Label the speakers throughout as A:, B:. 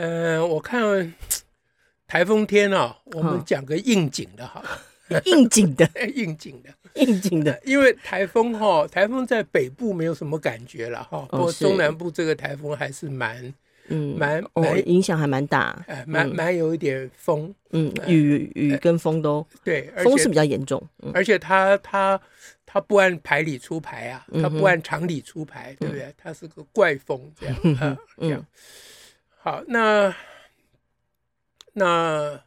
A: 嗯、我看台风天啊，我们讲个应景 的好了，
B: 应景的，
A: 应景的。
B: 应景的，
A: 因为台风哈，台风在北部没有什么感觉了哈，不过
B: 哦是
A: 中南部这个台风还是蛮
B: 嗯，
A: 蛮
B: 哦
A: 蛮，
B: 影响还蛮大，
A: 呃蛮蛮有一点风，
B: 嗯，雨雨跟风都，
A: 对，哎而
B: 风是
A: 且
B: 比较严重，嗯，
A: 而且它它它不按牌理出牌啊，
B: 嗯
A: 它不
B: 哼嗯
A: 按常理出牌，对不对？它是个怪风 这样，呃这样。好，那那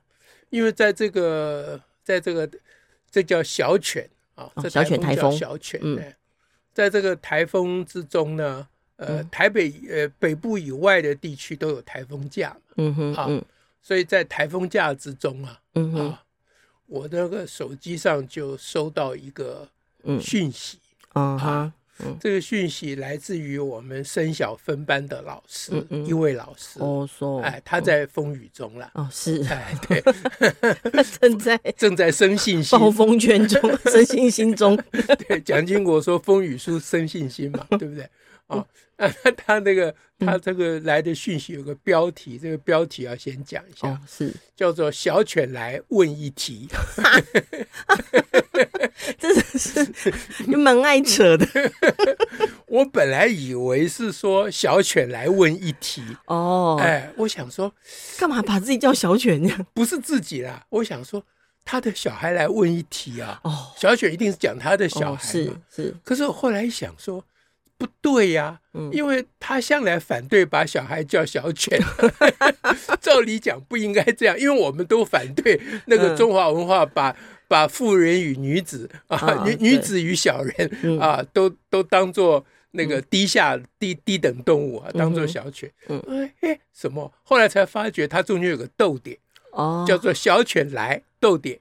A: 因为在这个在这个这叫小犬啊
B: 哦，
A: 这
B: 小犬台
A: 叫
B: 风
A: 小犬，
B: 嗯
A: 哎在这个台风之中呢，呃，
B: 嗯
A: 台北呃北部以外的地区都有台风假嘛，
B: 嗯哼，
A: 好
B: 嗯
A: 所以在台风假之中啊，
B: 嗯哼，
A: 啊，我那个手机上就收到一个
B: 嗯
A: 讯息，啊
B: 嗯哈，
A: 这个讯息来自于我们升小分班的老师，
B: 嗯嗯
A: 一位老师，
B: 哦说，
A: 哎，他在风雨中了，
B: 哦是，
A: 哎，对，
B: 他 正 在
A: 正在生信哎心。
B: 暴风圈中，身心心中，
A: 对，蒋经国说“风雨书生信心” 嘛，对不对？啊，那他他那个
B: 嗯
A: 他这个来的讯息有个标题，这个标题要先讲一下
B: 哦， 是，
A: 叫做“小犬来问一题
B: 真的是你蛮爱扯 的”。
A: 我本来以为是说“小犬来问一题”，
B: 哦，
A: 哎，我想说
B: 干嘛把自己叫小犬这样？
A: 不是自己啦，我想说他的小孩来问一题啊，
B: 哦，
A: 小犬一定是讲他的 小
B: 哦
A: 孩嘛
B: 是。是，
A: 可是我后来想说，不对呀、
B: 嗯
A: 因为他向来反对把小孩叫 小犬，照理讲不应该这样，因为我们都反对那个
B: 嗯
A: 中华文化把、把妇人与女子啊，
B: 啊
A: 女
B: 对
A: 女子与小人、
B: 嗯
A: 啊，都都当做。那个低下、低低等动物啊，当做小犬。
B: 嗯
A: 哎哎，什么？后来才发觉它中间有个逗点，
B: 哦，
A: 叫做“小犬来”逗点。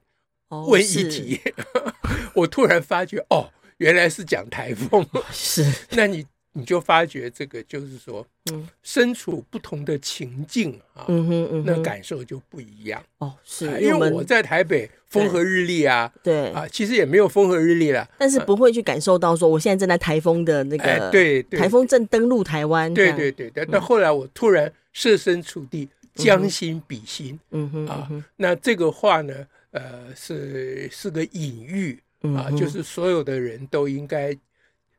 B: 哦
A: 问一，题， 我突然发觉哦，原来是讲台 风。
B: 哦 是是，
A: 那你你就发觉这个就是说，
B: 嗯
A: 身处不同的情境啊，
B: 嗯哼嗯哼，
A: 那感受就不一样。
B: 哦是
A: 啊，
B: 因
A: 因
B: 为我
A: 为
B: 们
A: 我在台北风和日丽啊
B: 对
A: 啊，其实也没有风和日丽了。
B: 但是不会去感受到说我现在正在台风的那
A: 哎
B: 个，，
A: 对对，
B: 台风正登陆台湾，
A: 对
B: 这样，
A: 对对对。但后来我突然设身处地，将心比心。
B: 嗯哼嗯
A: 啊
B: 哼，
A: 那这个话呢，呃，是是个隐喻
B: 嗯
A: 啊，
B: 哼
A: 就是所有的人都应该，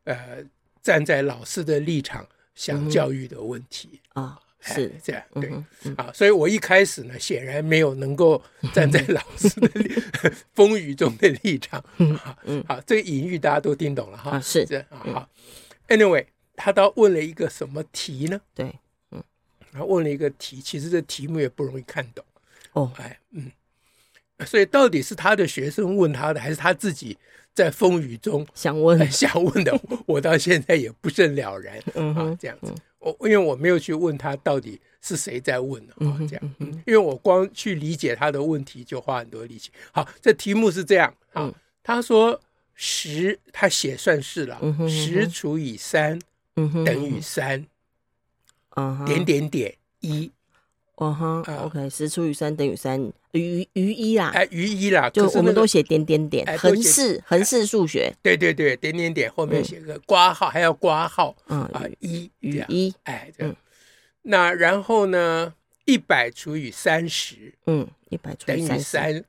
A: 呃，站在老师的立场想教育的问题，
B: 啊嗯
A: 哎
B: 是，
A: 这样
B: 嗯
A: 对。
B: 哼嗯
A: 啊，所以我一开始呢，显然没有 能够站在老师的立 风雨中的立场啊
B: 嗯。
A: 好，这个隐喻大家都听懂了
B: 啊
A: 哈。
B: 是
A: 这样啊，好。Anyway，他倒问了一个什么题呢？
B: 对
A: 然后问了一个题，其实这题目也不容易看懂。
B: 哦
A: 哎，嗯，所以到底是他的学生问他的，还是他自己在风雨中
B: 想问
A: 呃想问的？我我到现在也不甚了然
B: 嗯
A: 啊
B: 哼，
A: 这样子，我因为我没有去问他到底是谁在问
B: 嗯
A: 啊，
B: 哼
A: 这样，嗯，因为我光去理解他的问题就花很多力气。好，这题目是这样啊
B: 嗯，
A: 他说十，他写算式了
B: 嗯哼嗯，哼
A: 十除以三
B: 嗯哼
A: 等于三
B: 啊哈
A: 点点点一，
B: 啊哈
A: 啊
B: ，OK 十除以三等于三余余一啦，
A: 哎，余一啦，
B: 就
A: 可是
B: 我们
A: 那个
B: 都写点点点
A: 哎都
B: 横
A: 写
B: 式横式数学，
A: 对对对，点点点后面
B: 嗯
A: 写个挂号，还要挂号
B: 嗯
A: 啊，一这
B: 余
A: 样，
B: 一嗯
A: 哎，这样。那然后呢，一百除以三十
B: 嗯一百除
A: 等
B: 以
A: 于
B: 三十，
A: 三，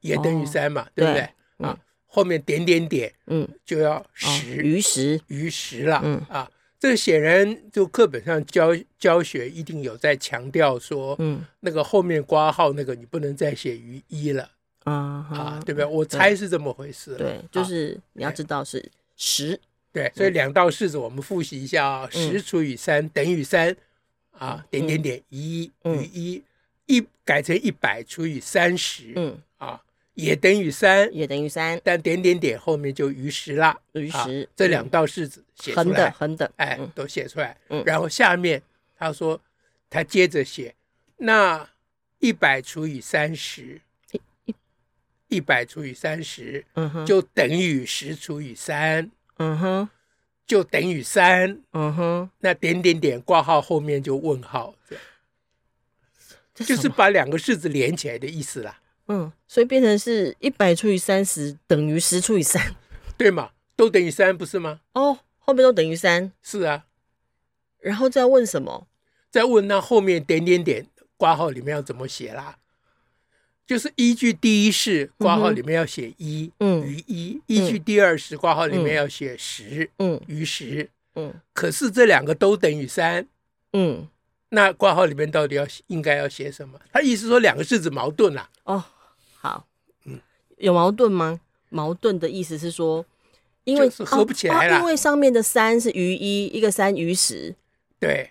A: 也等于
B: 哦
A: 三嘛，对不
B: 对
A: 对？啊，后面点点点
B: 嗯
A: 就要
B: 哦
A: 十
B: 余十
A: 余十了
B: 嗯
A: 啊。这显然就课本上教教学一定有在强调说，
B: 嗯
A: 那个后面挂号那个你不能再写余一了
B: 啊
A: 啊
B: 哈，
A: 对不对？我猜是这么回事了。
B: 对，就
A: 啊
B: 是你要知道是十
A: 对，所以两道式子我们复习一下啊、
B: 嗯
A: 十除以三等于三啊，点点点一
B: 嗯
A: 余一，一改成一百除以三十
B: 嗯
A: 啊，也等于三，
B: 也等于三
A: 但点点点后面就余十啦。
B: 余
A: 啊
B: 十
A: 这
B: 嗯
A: 两道式子写出
B: 横的
A: 来，
B: 横的
A: 哎
B: 嗯，
A: 都写出来
B: 嗯。
A: 然后下面他说，他接着写那一百除以三十，一百除以三十
B: 嗯哼，
A: 就等于十除以三，
B: 嗯哼，
A: 就等于三。
B: 嗯哼，
A: 那点点点挂号后面就问号，这样
B: 这
A: 就
B: 什
A: 是
B: 么
A: 把两个式子连起来的意思啦，
B: 嗯，所以变成是一百除以三十等于十除以三
A: 对嘛？都等于三不是吗？
B: 哦，后面都等于三，
A: 是啊，
B: 然后再要问什么？
A: 再问那后面点点点挂号里面要怎么写啦？就是依据第一式挂号里面要写一、
B: 嗯
A: 余一，依据第二式挂号里面要写十、
B: 嗯
A: 余十。
B: 嗯
A: 可是这两个都等于三，
B: 嗯，
A: 那挂号里面到底要应该要写什么？他意思说两个式子矛盾啦、
B: 哦，好，
A: 嗯
B: 有矛盾吗？矛盾的意思是说，因为
A: 就是合不起来
B: 哦
A: 啦
B: 哦因为上面的三是余一，一个三余十，
A: 对。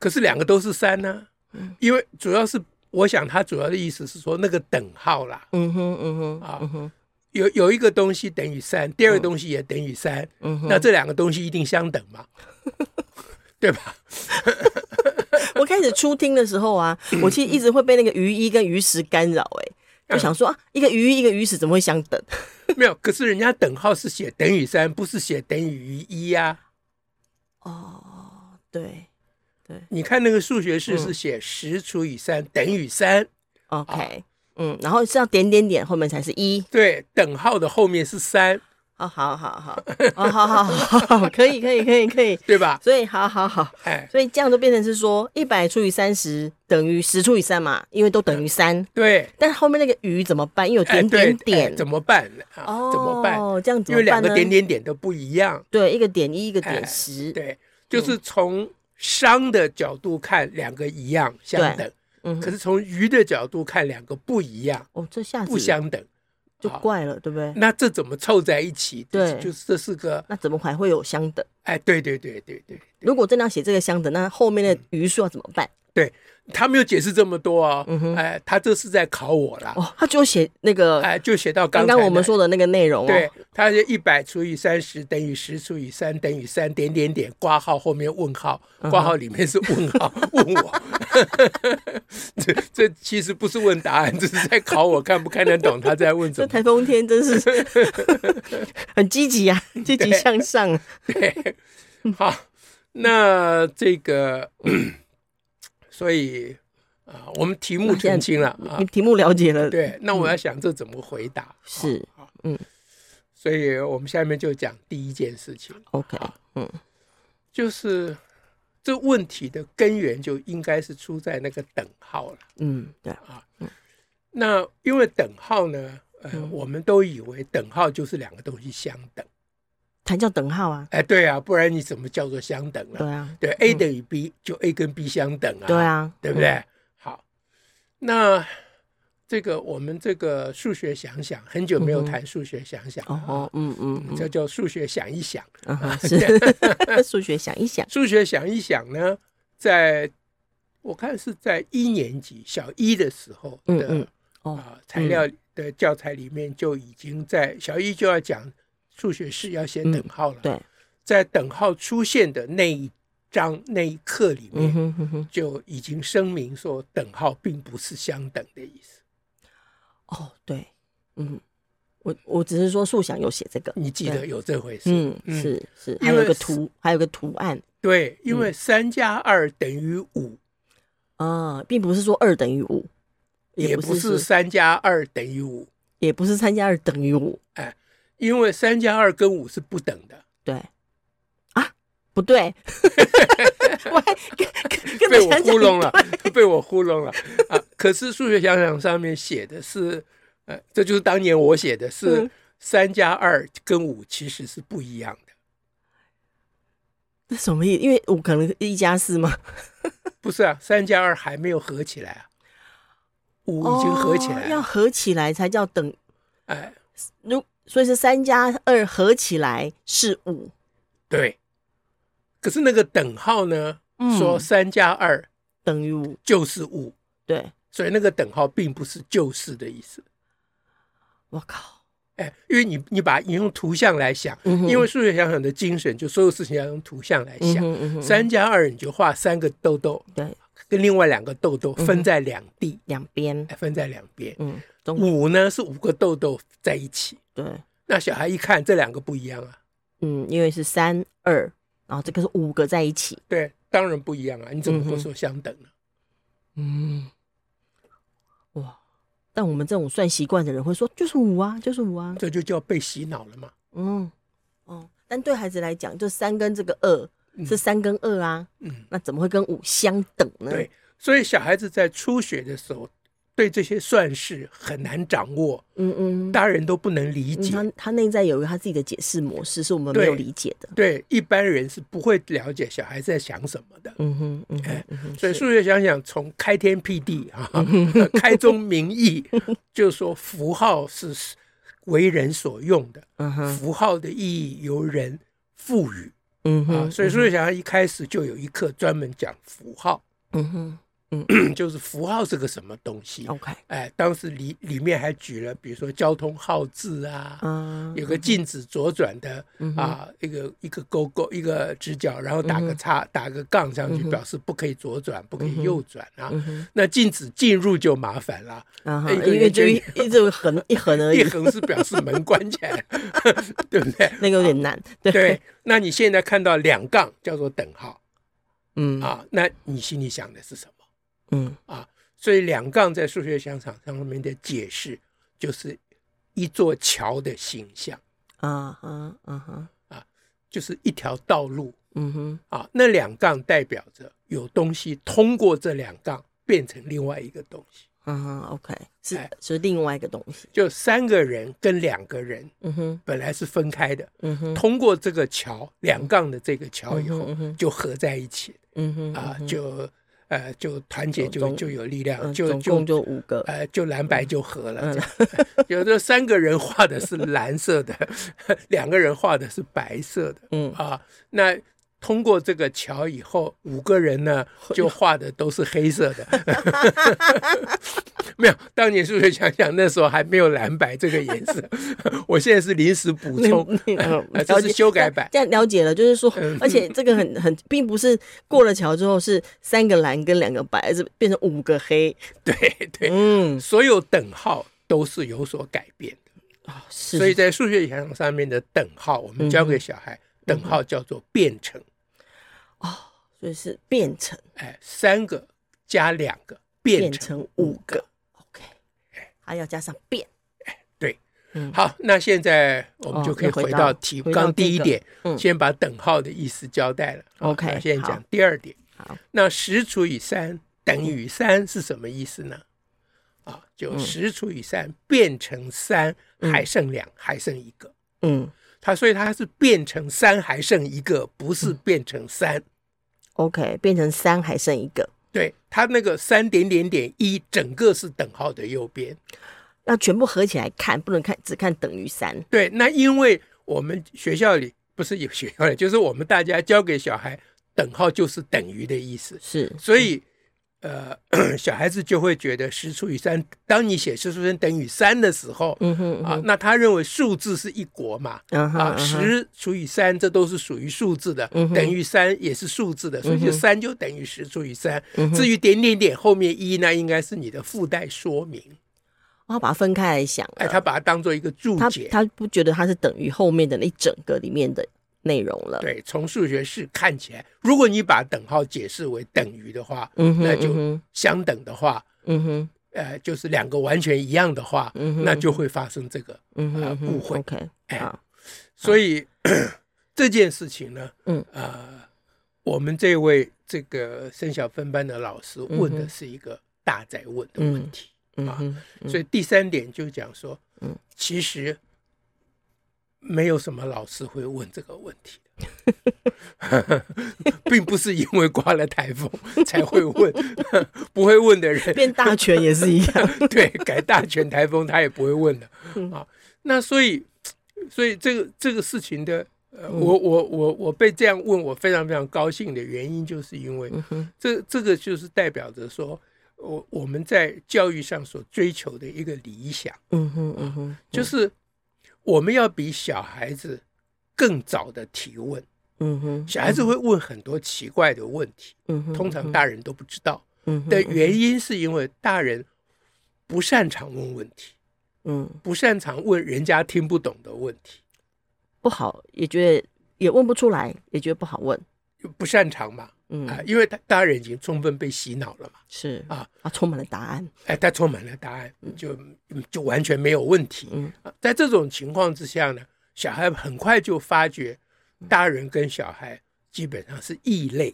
A: 可是两个都是三呢、
B: 嗯
A: 因为主要是我想他主要的意思是说那个等号啦，
B: 嗯哼嗯哼
A: 啊
B: 嗯哼
A: 有有一个东西等于三，第二个东西也等于三，
B: 嗯哼，
A: 那这两个东西一定相等 嘛，对吧？
B: 我开始初听的时候啊，我其实一直会被那个鱼一跟鱼食干扰，哎，就想说啊，一个鱼一个鱼食怎么会相等？
A: 没有，可是人家等号是写等于三，不是写等于一啊呀、
B: 哦，对
A: 你看那个数学式是
B: 嗯
A: 写十除以三等于三，啊
B: ，OK，嗯，然后是要点点点后面才是一，
A: 对，等号的后面是三，
B: 哦，好好好，哦，好好好好好，可以可以可以可以，
A: 对吧？
B: 所以好好好，
A: 哎，
B: 所以这样就变成是说一百除以三十等于十除以三嘛，因为都等于三，
A: 对，
B: 但是后面那个鱼怎么办？因为有
A: 哎，
B: 点
A: 对，
B: 点
A: 哎
B: 点，
A: 怎么办啊？
B: 哦，
A: 怎么办？？
B: 这样怎么
A: 因为两
B: 办
A: 个
B: 呢？
A: 点点点都不一样，
B: 对，一个点一，一个
A: 哎
B: 点十，
A: 对，就是从商的角度看，两个一样相等，
B: 嗯
A: 可
B: 哼，
A: 是从鱼的角度看，两个不一样，
B: 哦，这下子
A: 不相等。
B: 就
A: 啊
B: 怪了，对不对？
A: 那这怎么凑在一起？
B: 对
A: 就是这是个
B: 那怎么还会有相等？
A: 哎，对对对对对
B: 如果真的要写这个相等，那后面的余数要怎么办？
A: 对，他没有解释这么多啊、
B: 嗯哼
A: 哎，他这是在考我啦，
B: 哦，他就写那个
A: 哎，就写到
B: 刚
A: 才
B: 刚我们
A: 的
B: 说的那个内容哦。
A: 对，它是一百除以三十等于十除以三等于三点点点挂号后面问号，挂号里面是问号，问我。 这这其实不是问答案，这是在考我看不看得懂他在问什
B: 这
A: 么。
B: 台风天真是 很积极啊，积极向上啊。
A: 对，好，那这个， 所以啊、我们题目澄清了啊
B: 你，题目了解了，
A: 对，那我要想这怎么回答，啊
B: 是
A: 所以我们下面就讲第一件事情。
B: OK，
A: 就是这问题的根源就应该是出在那个等号了。
B: 嗯，对，
A: 那因为等号呢，呃，
B: 嗯
A: 我们都以为等号就是两个东西相等。
B: 它叫等号啊，
A: 哎，对啊，不然你怎么叫做相等
B: 对
A: 呢？
B: 啊，
A: 对，a 等于 b，就 a 跟 b 相等啊，
B: 对，啊，
A: 对
B: 嗯？
A: 不对？好，那这个我们这个数学想想，很久没有谈数学想想了
B: 嗯哦
A: 啊，
B: 哦，嗯嗯嗯
A: 这叫数学想一想。
B: 嗯 哼，是 数学想一想，
A: 数学想一想呢，在我看是在一年级小一的时候
B: 嗯
A: 的
B: 嗯
A: 啊、
B: 哦，
A: 材料的教材里面就已经在小一就要讲数学式要写等号了，
B: 嗯对，
A: 在等号出现的那一章那一课里
B: 嗯
A: 面、
B: 哼哼哼，
A: 就已经声明说等号并不是相等的意思，
B: 哦，对，嗯，我我只是说素想有写这个，
A: 你记得有这回事？
B: 嗯，是嗯是，还
A: 因
B: 有
A: 为
B: 一个
A: 是
B: 图，还有一个图案
A: 对，因为三加二等于五，
B: 啊，并不是说二等于五，
A: 也不是三加二等于五，
B: 也不是三加二等于五，
A: 因为三加二跟五是不等的。
B: 对啊，不 对，我还跟跟跟
A: 被
B: 大
A: 我
B: 家讲
A: 糊弄了，被我糊弄了啊！可是数学想想上面写的是，呃，这就是当年我写的是
B: 嗯
A: 三加二跟五其实是不一样的，
B: 这什么意思？因为五可能一加四嘛，
A: 不是啊？三加二还没有合起来啊，五已经合起来
B: 哦要
A: 了，
B: 合起来才叫等。
A: 哎，
B: 如所以是三加二合起来是五，
A: 对。可是那个等号呢？
B: 嗯
A: 说三加二
B: 等于五，
A: 就是五，
B: 对，
A: 所以那个等号并不是就是的意思。
B: 我靠，
A: 哎，因为你你把你用图像来想，
B: 嗯哼
A: 因为数学想想的精神，就所有事情要用图像来
B: 嗯
A: 想。
B: 哼嗯哼
A: 三加二你就画三个豆豆，
B: 对，
A: 跟另外两个豆
B: 嗯
A: 豆分在两地，
B: 两边，
A: 哎分在两边。
B: 嗯，中
A: 五呢是五个豆豆在一起，
B: 对，
A: 那小孩一看这两个不一样啊，
B: 嗯，因为是三二，然后这个是五个在一起，
A: 对，当然不一样啊，你怎么
B: 嗯
A: 会
B: 哼
A: 说相等呢？
B: 嗯，哇！但我们这种算习惯的人会说，就是五啊，就是五啊，
A: 这就叫被洗脑了嘛。
B: 嗯，哦，但对孩子来讲，就三跟这个二
A: 嗯
B: 是三跟二啊，
A: 嗯，
B: 那怎么会跟五相等呢？
A: 对，所以小孩子在初学的时候，对这些算式很难掌握，
B: 嗯，嗯
A: 大人都不能理
B: 嗯，
A: 解。
B: 他他内在有一个他自己的解释模式，是我们没有
A: 对
B: 理解的。
A: 对，一般人是不会了解小孩子在想什么的。
B: 嗯哼，嗯哼，嗯哼
A: 哎所以
B: 是
A: 数学想想，从开天辟地 啊，开宗明义，就说符号是为人所用的，
B: 嗯哼，
A: 符号的意义由人赋予
B: 嗯
A: 啊。
B: 哼，
A: 所以数学想想一开始就有一课专门讲符号，
B: 嗯哼
A: 就是符号是个什么东西。
B: ，OK，
A: 哎，当时里里面还举了，比如说交通号志啊，
B: 啊，
A: 有个禁止左转的
B: 嗯哼嗯
A: 啊，一个一个勾勾，一个直角，然后打个叉，打个杠上去，表示不可以左转，不可以右转啊。
B: 嗯
A: 那禁止进入就麻烦了，
B: 啊哈，
A: 一个
B: 因为
A: 人
B: 就
A: 就
B: 一一直横一横而
A: 一
B: 已，
A: 横是表示门关起来， 对不对？
B: 那个有点难。 对，
A: 啊对，那你现在看到两杠叫做等号
B: 嗯
A: 啊，那你心里想的是什么？
B: 嗯
A: 所以两杠在数学想场上面的解释就是一座桥的形象，
B: 啊哈啊哈，
A: 就是一条道路
B: 嗯哼
A: 啊，那两杠代表着有东西通过这两杠变成另外一个东西。
B: 啊哈，OK，是
A: 哎
B: 是另外一个东西。
A: 就三个人跟两个人
B: 嗯哼
A: 本来是分开的，
B: 嗯哼
A: 通过这个桥两杠的这个桥以后
B: 嗯哼嗯哼
A: 就合在一起
B: 嗯哼嗯，
A: 啊
B: 哼
A: 就呃就团结
B: 总
A: 就
B: 共
A: 就有力
B: 嗯
A: 量，就
B: 总共
A: 就
B: 就五个。
A: 呃就蓝白就合
B: 嗯
A: 了。这样有的三个人画的是蓝色的， 两个人画的是白色的
B: 嗯
A: 啊，那。通过这个桥以后，五个人呢就画的都是黑色的， 没有。当年数学想想那时候还没有蓝白这个颜色， 我现在是临时补充， 啊
B: 嗯
A: 这是修改版
B: 这样了解了，就是说，
A: 嗯
B: 而且这个很很，并不是过了桥之后是三个蓝跟两个白，而是变成五个黑。
A: 对对，
B: 嗯，
A: 所有等号都是有所改变的，
B: 啊是，
A: 所以在数学想象上面的等号，我们教
B: 嗯
A: 给小孩，等号叫做变成，
B: 所以是变成
A: 哎，三个加两个
B: 变
A: 变成
B: 成
A: 五
B: 五
A: 个
B: 个。，OK，还要加上变。
A: 好，那现在我们
B: 哦
A: 就可以
B: 又回
A: 回
B: 到
A: 到题
B: 回到
A: 刚第
B: 这
A: 一
B: 个
A: 点，
B: 嗯哦
A: 先把等号的意思交代了。好
B: OK，
A: 那现在讲
B: 好
A: 第二点。
B: 好，
A: 那十除以三等于三是什么意思呢？啊，就
B: 嗯
A: 十除以三变成三，还剩两，还剩一个。
B: 嗯
A: 它所以它是变成三还剩一个，不是
B: 嗯
A: 变成三。
B: ，OK，变成三还剩一个，
A: 对，它那个三点点点一整个是等号的右边。
B: 要全部合起来看，不能看只看等于三。
A: 对，那因为我们学校里不是有学校里，就是我们大家教给小孩等号就是等于的意思，
B: 是，
A: 所以。呃， 小孩子就会觉得十除以三，当你写十除以三等于三的时候，
B: 嗯哼，
A: 啊，那他认为数字是一国嘛，
B: 嗯哼，
A: 啊，
B: 嗯哼，
A: 十除以三这都是属于数字的，
B: 嗯哼嗯
A: 等于三也是数字的，所以就三就等于十除以三。
B: 嗯哼
A: 至于点点点后面一，那应该是你的附带说明，
B: 我把它分开来想了，
A: 哎，他把它当做一个注
B: 他
A: 解。
B: 啊他不觉得它是等于后面的那一整个里面的内容了。
A: 对，从数学式看起来，如果你把等号解释为等于的话，
B: 嗯哼，
A: 那就
B: 嗯哼
A: 相等的话，
B: 嗯哼，
A: 呃，就是两个完全一样的话，
B: 嗯哼
A: 那就会发生这个。
B: 嗯哼
A: 呃
B: 嗯哼
A: 误会
B: ，OK，
A: 哎
B: 好，
A: 所以 这件事情呢，
B: 嗯
A: 呃，我们这位这个升小分班的老师问
B: 嗯
A: 的
B: 哼
A: 是一个大在问的问题，
B: 嗯
A: 啊
B: 哼，嗯
A: 所以第三点就讲说，
B: 嗯
A: 其实没有什么老师会问这个问题的。 并不是因为刮了台风才会问， 不会问的人
B: 变大全也是一 样。
A: 对，改大全台风他也不会问的
B: 嗯
A: 啊。那所以，所以这个这个事情的，呃，
B: 嗯
A: 我我我我被这样问，我非常非常高兴的原因，就是因为
B: 嗯哼，
A: 这这个就是代表着说，我我们在教育上所追求的一个理想，
B: 嗯哼，嗯哼，
A: 就是我们要比小孩子更早的提问。
B: 嗯哼，
A: 小孩子会问很多奇怪的问题，
B: 嗯哼，
A: 通常大人都不知道。
B: 嗯哼
A: 的原因是因为大人不擅长问问题，
B: 嗯，
A: 不擅长问人家听不懂的问题，
B: 不好，也觉得也问不出来，也觉得不好问。
A: 不擅长嘛
B: 嗯，
A: 啊，因为他大人已经充分被洗脑了嘛，
B: 是
A: 啊
B: 啊，充满了答案。
A: 哎，他充满了答案，就就完全没有问题。
B: 嗯
A: 啊在这种情况之下呢，小孩很快就发觉，
B: 嗯
A: 大人跟小孩基本上是异类。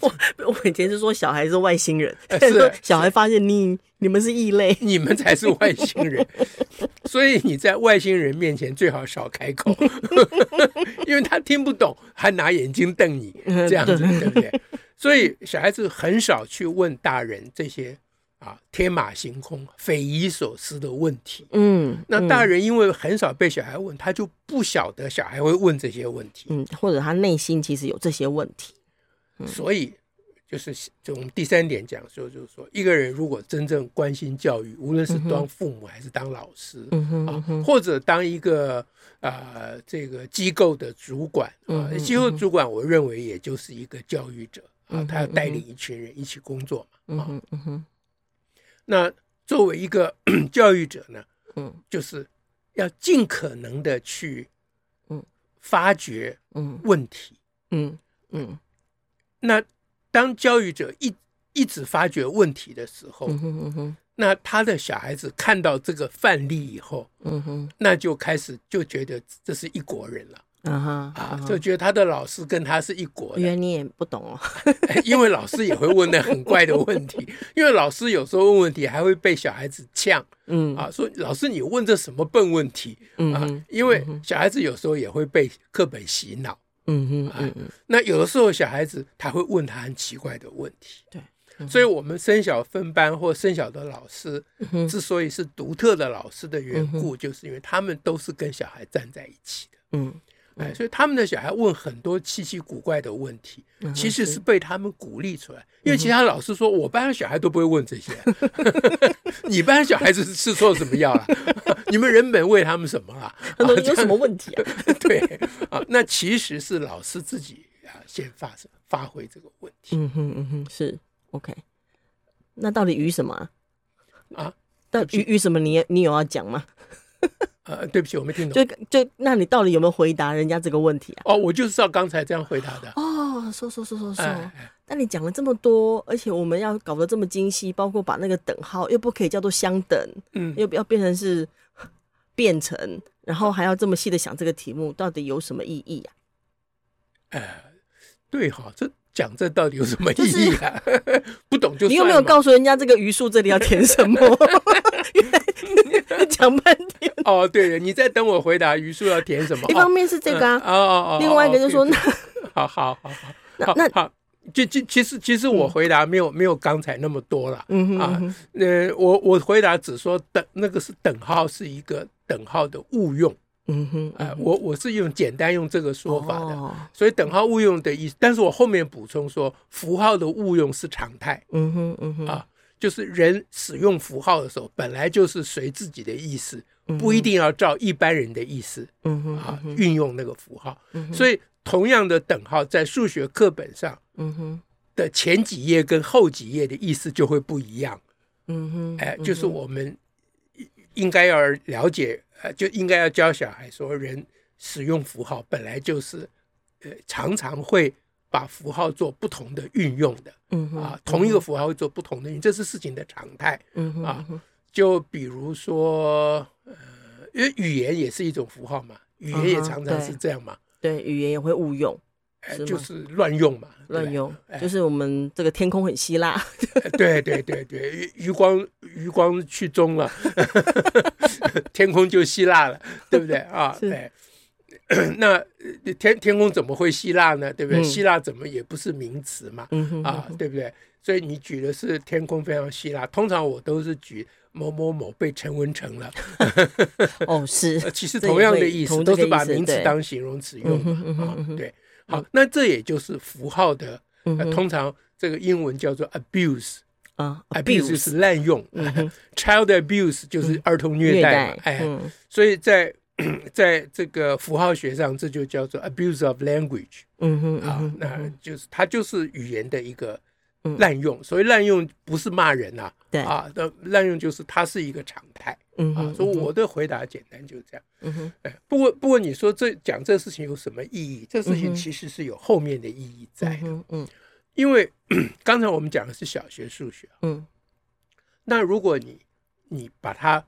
B: 我以前是说小孩是外星人，
A: 哎
B: 但
A: 是
B: 说小孩发现你你们是异 类。
A: 你们才是外星人， 所以你在外星人面前最好少开口， 因为他听不懂，还拿眼睛瞪你，这样子对不对？所以小孩子很少去问大人这些啊天马行空、匪夷所思的问题。
B: 嗯，
A: 那
B: 嗯
A: 大人因为很少被小孩问，他就不晓得小孩会问这些问题，
B: 嗯，或者他内心其实有这些问题。嗯
A: 所以就是就我们第三点讲说，就是说一个人如果真正关心教育，无论是当父母还是当老师，
B: 嗯哼
A: 啊
B: 嗯哼，
A: 或者当一个呃这个机构的主管
B: 嗯，
A: 啊
B: 哼
A: 机构主管，我认为也就是一个教育者啊
B: 嗯，
A: 他要
B: 哼
A: 带
B: 嗯
A: 领一群人一起工作嘛
B: 嗯
A: 啊。
B: 哼嗯哼
A: 那作为一个 教育者呢，
B: 嗯
A: 就是要尽可能的去
B: 嗯
A: 发掘
B: 嗯
A: 问题。
B: 嗯嗯
A: 那当教育者一一直发掘问题的时候
B: 嗯，哼嗯哼
A: 那他的小孩子看到这个范例以后，
B: 嗯哼
A: 那就开始就觉得这是一国人了。
B: 啊哈
A: 啊
B: 啊，哈
A: 就！觉得他的老师跟他是一国
B: 原
A: 的，
B: 来你也不懂哦。
A: 因为老师也会问的很怪的问题，因为老师有时候问问题还会被小孩子呛
B: 嗯
A: 啊，说老师你问这什么笨问题
B: 嗯
A: 啊
B: 哼？
A: 因为小孩子有时候也会被课本洗脑，
B: 嗯
A: 啊
B: 哼嗯嗯
A: 那有的时候小孩子他会问他很奇怪的问题，
B: 对嗯
A: 所以我们升小分班或升小的老师
B: 嗯哼
A: 之所以是独特的老师的缘故，就是因为他们都是跟小孩站在一起的。
B: 嗯
A: 哎，所以他们的小孩问很多稀奇古怪的问题，
B: 嗯
A: 其实是被他们鼓励出来。因为其他老师说，我班的小孩都不会问这些，啊 你班的小孩子是吃错什么药了？啊 你们人本喂他们什么啊了？
B: 很多人有什么问 题啊？
A: 对啊，那其实是老师自己啊先发发挥这个问题
B: 嗯哼嗯哼，是 OK。那到底鱼什么啊？
A: 啊。
B: 到底鱼鱼什么你？也你有要讲吗？
A: 呃，对不起，我没听懂。
B: 就就那你到底有没有回答人家这个问题啊？
A: 哦，我就是照刚才这样回答的。
B: 哦，说说说说说。
A: 哎哎
B: 但你讲了这么多，而且我们要搞得这么精细，包括把那个等号又不可以叫做相等，
A: 嗯，
B: 又不要变成是变成，然后还要这么细的想这个题目到底有什么意义啊？
A: 对哈，这讲这到底有什么
B: 就
A: 意
B: 是
A: 义啊？ 不懂就
B: 你有没
A: 算
B: 有
A: 嘛
B: 告诉人家这个余数这里要填什么？ 原来讲半 天，
A: 哦，对了，你在等我回答余数要填什么？
B: 一方面是这个
A: 哦
B: 啊，
A: 哦哦哦，
B: 另外一个就说
A: 哦
B: 那
A: 对好好好好，
B: 那
A: 好
B: 那
A: 好，就就其实其实我回答没有没有刚才那么多了
B: 嗯哼嗯
A: 啊
B: 哼，
A: 呃，我我回答只说等那个是等号是一个等号的误用
B: 嗯哼，
A: 啊，我我是用简单用这个说法的。
B: 哦
A: 所以等号误用的意思，但是我后面补充说，符号的误用是常态，
B: 嗯哼嗯哼，
A: 啊，就是人使用符号的时候，本来就是随自己的意思，不一定要照一般人的意思
B: 嗯哼
A: 啊运用那个符号。
B: 嗯哼
A: 所以，同样的等号在数学课本上
B: 嗯哼
A: 的前几页跟后几页的意思就会不一样。
B: 嗯哼，
A: 哎、就是我们应应该要了解，呃，就应该要教小孩说，人使用符号本来就是，呃，常常会把符号做不同的运用的。
B: 嗯哼
A: 啊，同一个符号会做不同的运用，这是事情的常态
B: 嗯哼
A: 啊。就比如说，呃，因为语言也是一种符号嘛，语言也
B: 嗯哼
A: 常常
B: 对
A: 是这样嘛，
B: 对语言也会误用
A: 哎
B: 是吗
A: 就是乱用嘛，对
B: 乱用，
A: 哎
B: 就是我们这个天空很希 腊，
A: 对对对对，余余光余光去中了， 天空就希腊了，对不对啊？
B: 是
A: 对。 那呃天天空怎么会希腊呢？对不对？
B: 嗯
A: 希腊怎么也不是名词嘛，
B: 嗯哼
A: 啊，对不对？所以你举的是天空非常希腊，通常我都是举某某某被陈文成 了，
B: 哦 是
A: 呃，其实
B: 这也
A: 同样的
B: 会
A: 意思，
B: 同
A: 都
B: 这
A: 是
B: 个
A: 把
B: 意思
A: 名词
B: 对
A: 当形容词用
B: 嗯哼嗯
A: 嘛
B: 哼
A: 啊
B: 嗯哼，
A: 对。好，那这也就是符号的，
B: 嗯
A: 呃
B: 哼
A: 通常这个英文叫做 abuse。
B: 啊
A: abuse 哎就是滥用、c h i l d abuse 就是儿童虐
B: 嗯虐
A: 待
B: 待
A: 嘛，，哎，
B: 嗯
A: 所以在 在这个符号学上，这就叫做 abuse of language
B: 嗯哼
A: 啊，那就是它就是语言的一个
B: 嗯
A: 滥用。所谓滥用，不是骂人啊，
B: 对
A: 啊，那滥用就是它是一个常态
B: 嗯
A: 啊。
B: 哼
A: 所以我的回答简单就是这样。
B: 嗯哼
A: 哎，不过不过你说这讲这事情有什么意义？这事
B: 嗯
A: 情
B: 哼
A: 其实是有后面的意义
B: 嗯
A: 在的，
B: 哼嗯
A: 因为 刚才我们讲的是小学数学，
B: 嗯
A: 那如果你你把它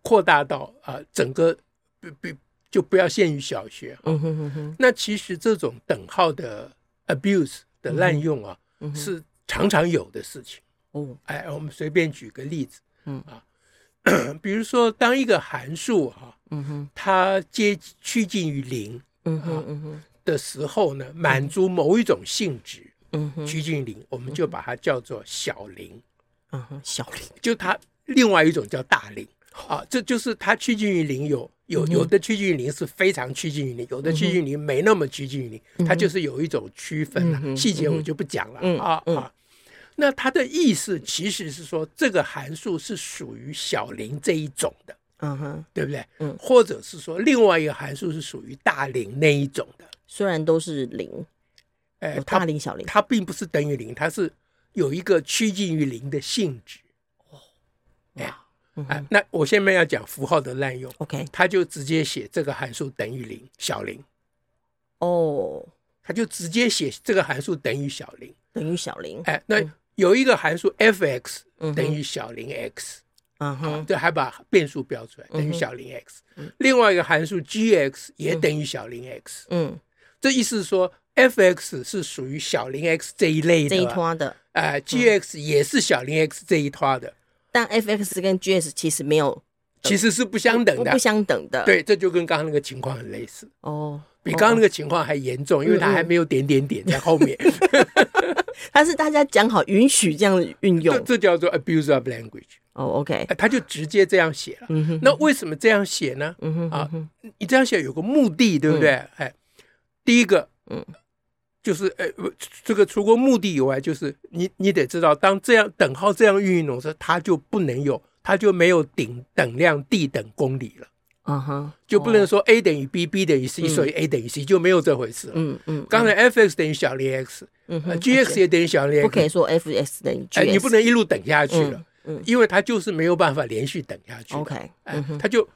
A: 扩大到啊、呃整个不不就不要限于小学，
B: 嗯哼嗯哼
A: 那其实这种等号的 abuse 的滥用啊，
B: 嗯哼
A: 是常常有的事情。
B: 哦
A: 哎，我们随便举个例子，
B: 嗯
A: 啊， 比如说当一个函数啊，
B: 嗯哼
A: 它接趋近于零
B: 嗯
A: 啊
B: 哼嗯哼
A: 的时候呢，满足某一种性质，
B: 嗯哼
A: 趋近于零，我们就把它叫做小零，
B: 嗯哼小林
A: 就它另外一种叫大零
B: 哦
A: 啊，这就是它趋近于零有。
B: 嗯
A: 有有的趋近于零是非常趋近于零，有的趋近于零没那么趋近于零，它就是有一种区分了、
B: 嗯哼
A: 细节我就不讲了、
B: 嗯
A: 啊
B: 嗯
A: 啊。那它的意思其实是说，这个函数是属于小零这一种的，
B: 嗯哼
A: 对不对？
B: 嗯
A: 或者是说，另外一个函数是属于大零那一种的，
B: 虽然都是零
A: 哎、
B: 有
A: 它
B: 大林小林
A: 它并不是等于零，它是有一个趋近于零的性质。哎
B: 嗯
A: 呀哎
B: 哼，
A: 那我下面要讲符号的滥用，
B: OK
A: 它就直接写这个函数等于零，小零，
B: 哦
A: 它就直接写这个函数等于小零。
B: 等于小林
A: 哎，那有一个函数 f(x)
B: 嗯嗯哼
A: 等于小零 x，
B: 嗯
A: 啊
B: 哼
A: 这还把变数标出来，等于小零 x
B: 嗯。
A: 另外一个函数 g(x) 也等于小零 x，
B: 嗯
A: 这意思是说 f(x) 是属于小零 x 这一类
B: 这一
A: 的啊，
B: 坨的，
A: 哎，g(x) 也是小零 x 这一套的。
B: 但 FX 跟 GS 其实没有
A: 其实是不相等
B: 嗯不
A: 的
B: 不。相等的
A: 对，这就跟刚刚那个情况很类似，
B: 哦，嗯
A: 比
B: 哦
A: 刚刚那个情况还严重，因为它还没有点点点在后 面。
B: 但是大家讲好允许这样运用
A: 这这叫做 abuse of language，
B: 哦，OK，
A: 呃他就直接这样写了。
B: 嗯哼，
A: 那为什么这样写呢？
B: 嗯哼
A: 啊
B: 嗯哼
A: 你这样写有个目的，对不对？哎，第一个，
B: 嗯，
A: 就是呃，这个除过目的以外，就是你你得知道，当这样等号这样运用的时候，它就不能有，它就没有顶等量 d 等公理了，
B: 啊哈，
A: 就不能
B: 哦
A: 说 a 等于 b，b 等于 c，
B: 嗯
A: 所以 a 等于 c 就没有这回事了。
B: 嗯嗯，
A: 刚才 f(x) 等于小零 x，
B: 嗯
A: 呃
B: 哼
A: g(x) 也等于小零
B: 不可
A: x，
B: 以说 FX 等于 GS，
A: 哎，你不能一路等下去了，
B: 嗯嗯
A: 因为它就是没有办法连续等下去。
B: OK，
A: 哎
B: 嗯哼
A: 它就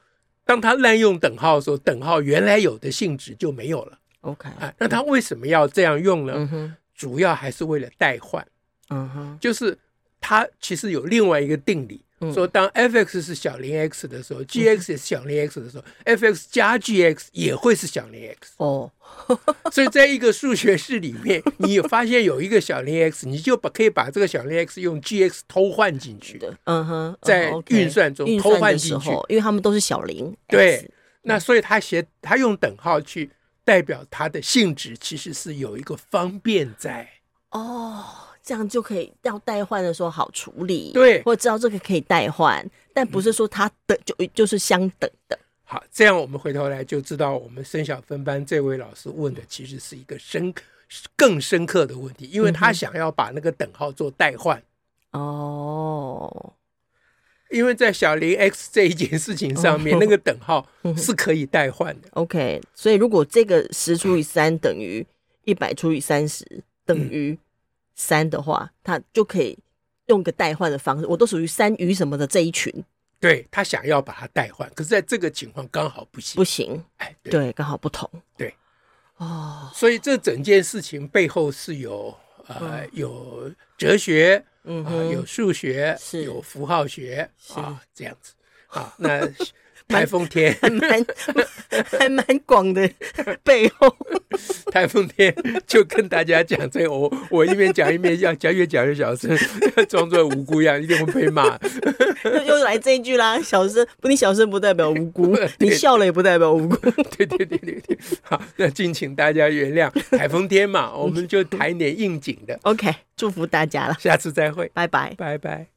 A: 当它滥用等号的时候，等号原来有的性质就没有了。
B: ，OK，
A: 啊，那它为什么要这样用
B: 嗯
A: 呢？
B: 哼
A: 主要还是为了代换，
B: 嗯哼
A: 就是它其实有另外一个定理
B: 嗯。
A: 说，当 f(x) 是小零 x 的时候，g(x) 也是小零 x 的时候，f(x) 加 g(x) 也会是小零 x。
B: 哦，
A: 所以在一个数学式里面，你有发现有一个小零 x，你就把可以把这个小零 x 用 g(x) 偷换进去。
B: 对，嗯哼，嗯
A: 在
B: ，OK，
A: 运算中
B: 运
A: 偷
B: 算
A: 换
B: 的
A: 进
B: 时
A: 去
B: 候，因为他们都是小零，
A: 对，那所以他写他用等号去代表它的性质，其实是有一个方便在。
B: 哦，这样就可以要代换的时候好处理，
A: 对嗯
B: 或者知道这个可以代换，但不是说它等就就是相等的，
A: 好，这样我们回头来就知道，我们升小分班这位老师问的其实是一个深更深刻的问题，因为他想要把那个等号做代换。
B: 哦，
A: 因为在小零 x 这一件事情上面，
B: 哦
A: 那个等号是可以代换的。
B: OK，所以如果这个十除以三等于一百除以三十等于三的话，它就可以用个代换的方式，我都属于三余什么的这一群，
A: 对他想要把它代换，可是在这个情况刚好不行。
B: 不行，
A: 哎，对，
B: 对，刚好不同，
A: 对，
B: 哦，
A: 所以这整件事情背后是有呃、有哲学
B: 嗯
A: 啊、
B: 哼，
A: 有数学，
B: 是
A: 有符号学
B: 是
A: 啊，这样 子啊。那台风天，
B: 还蛮 还蛮广 的背后，
A: 台风 天就跟大家讲这个，我我一边讲一边要讲，越讲越小声，装作无辜样，一定会被骂。
B: 又又来这一句啦，小声不，你小声不代表无辜
A: 对，
B: 你笑了也不代表无辜，
A: 对对对对对，好，那敬请大家原谅。台风 天
B: 嗯
A: 嘛，我们就谈一点应景的，
B: OK，祝福大家了，
A: 下次再会，
B: 拜拜。
A: 拜拜。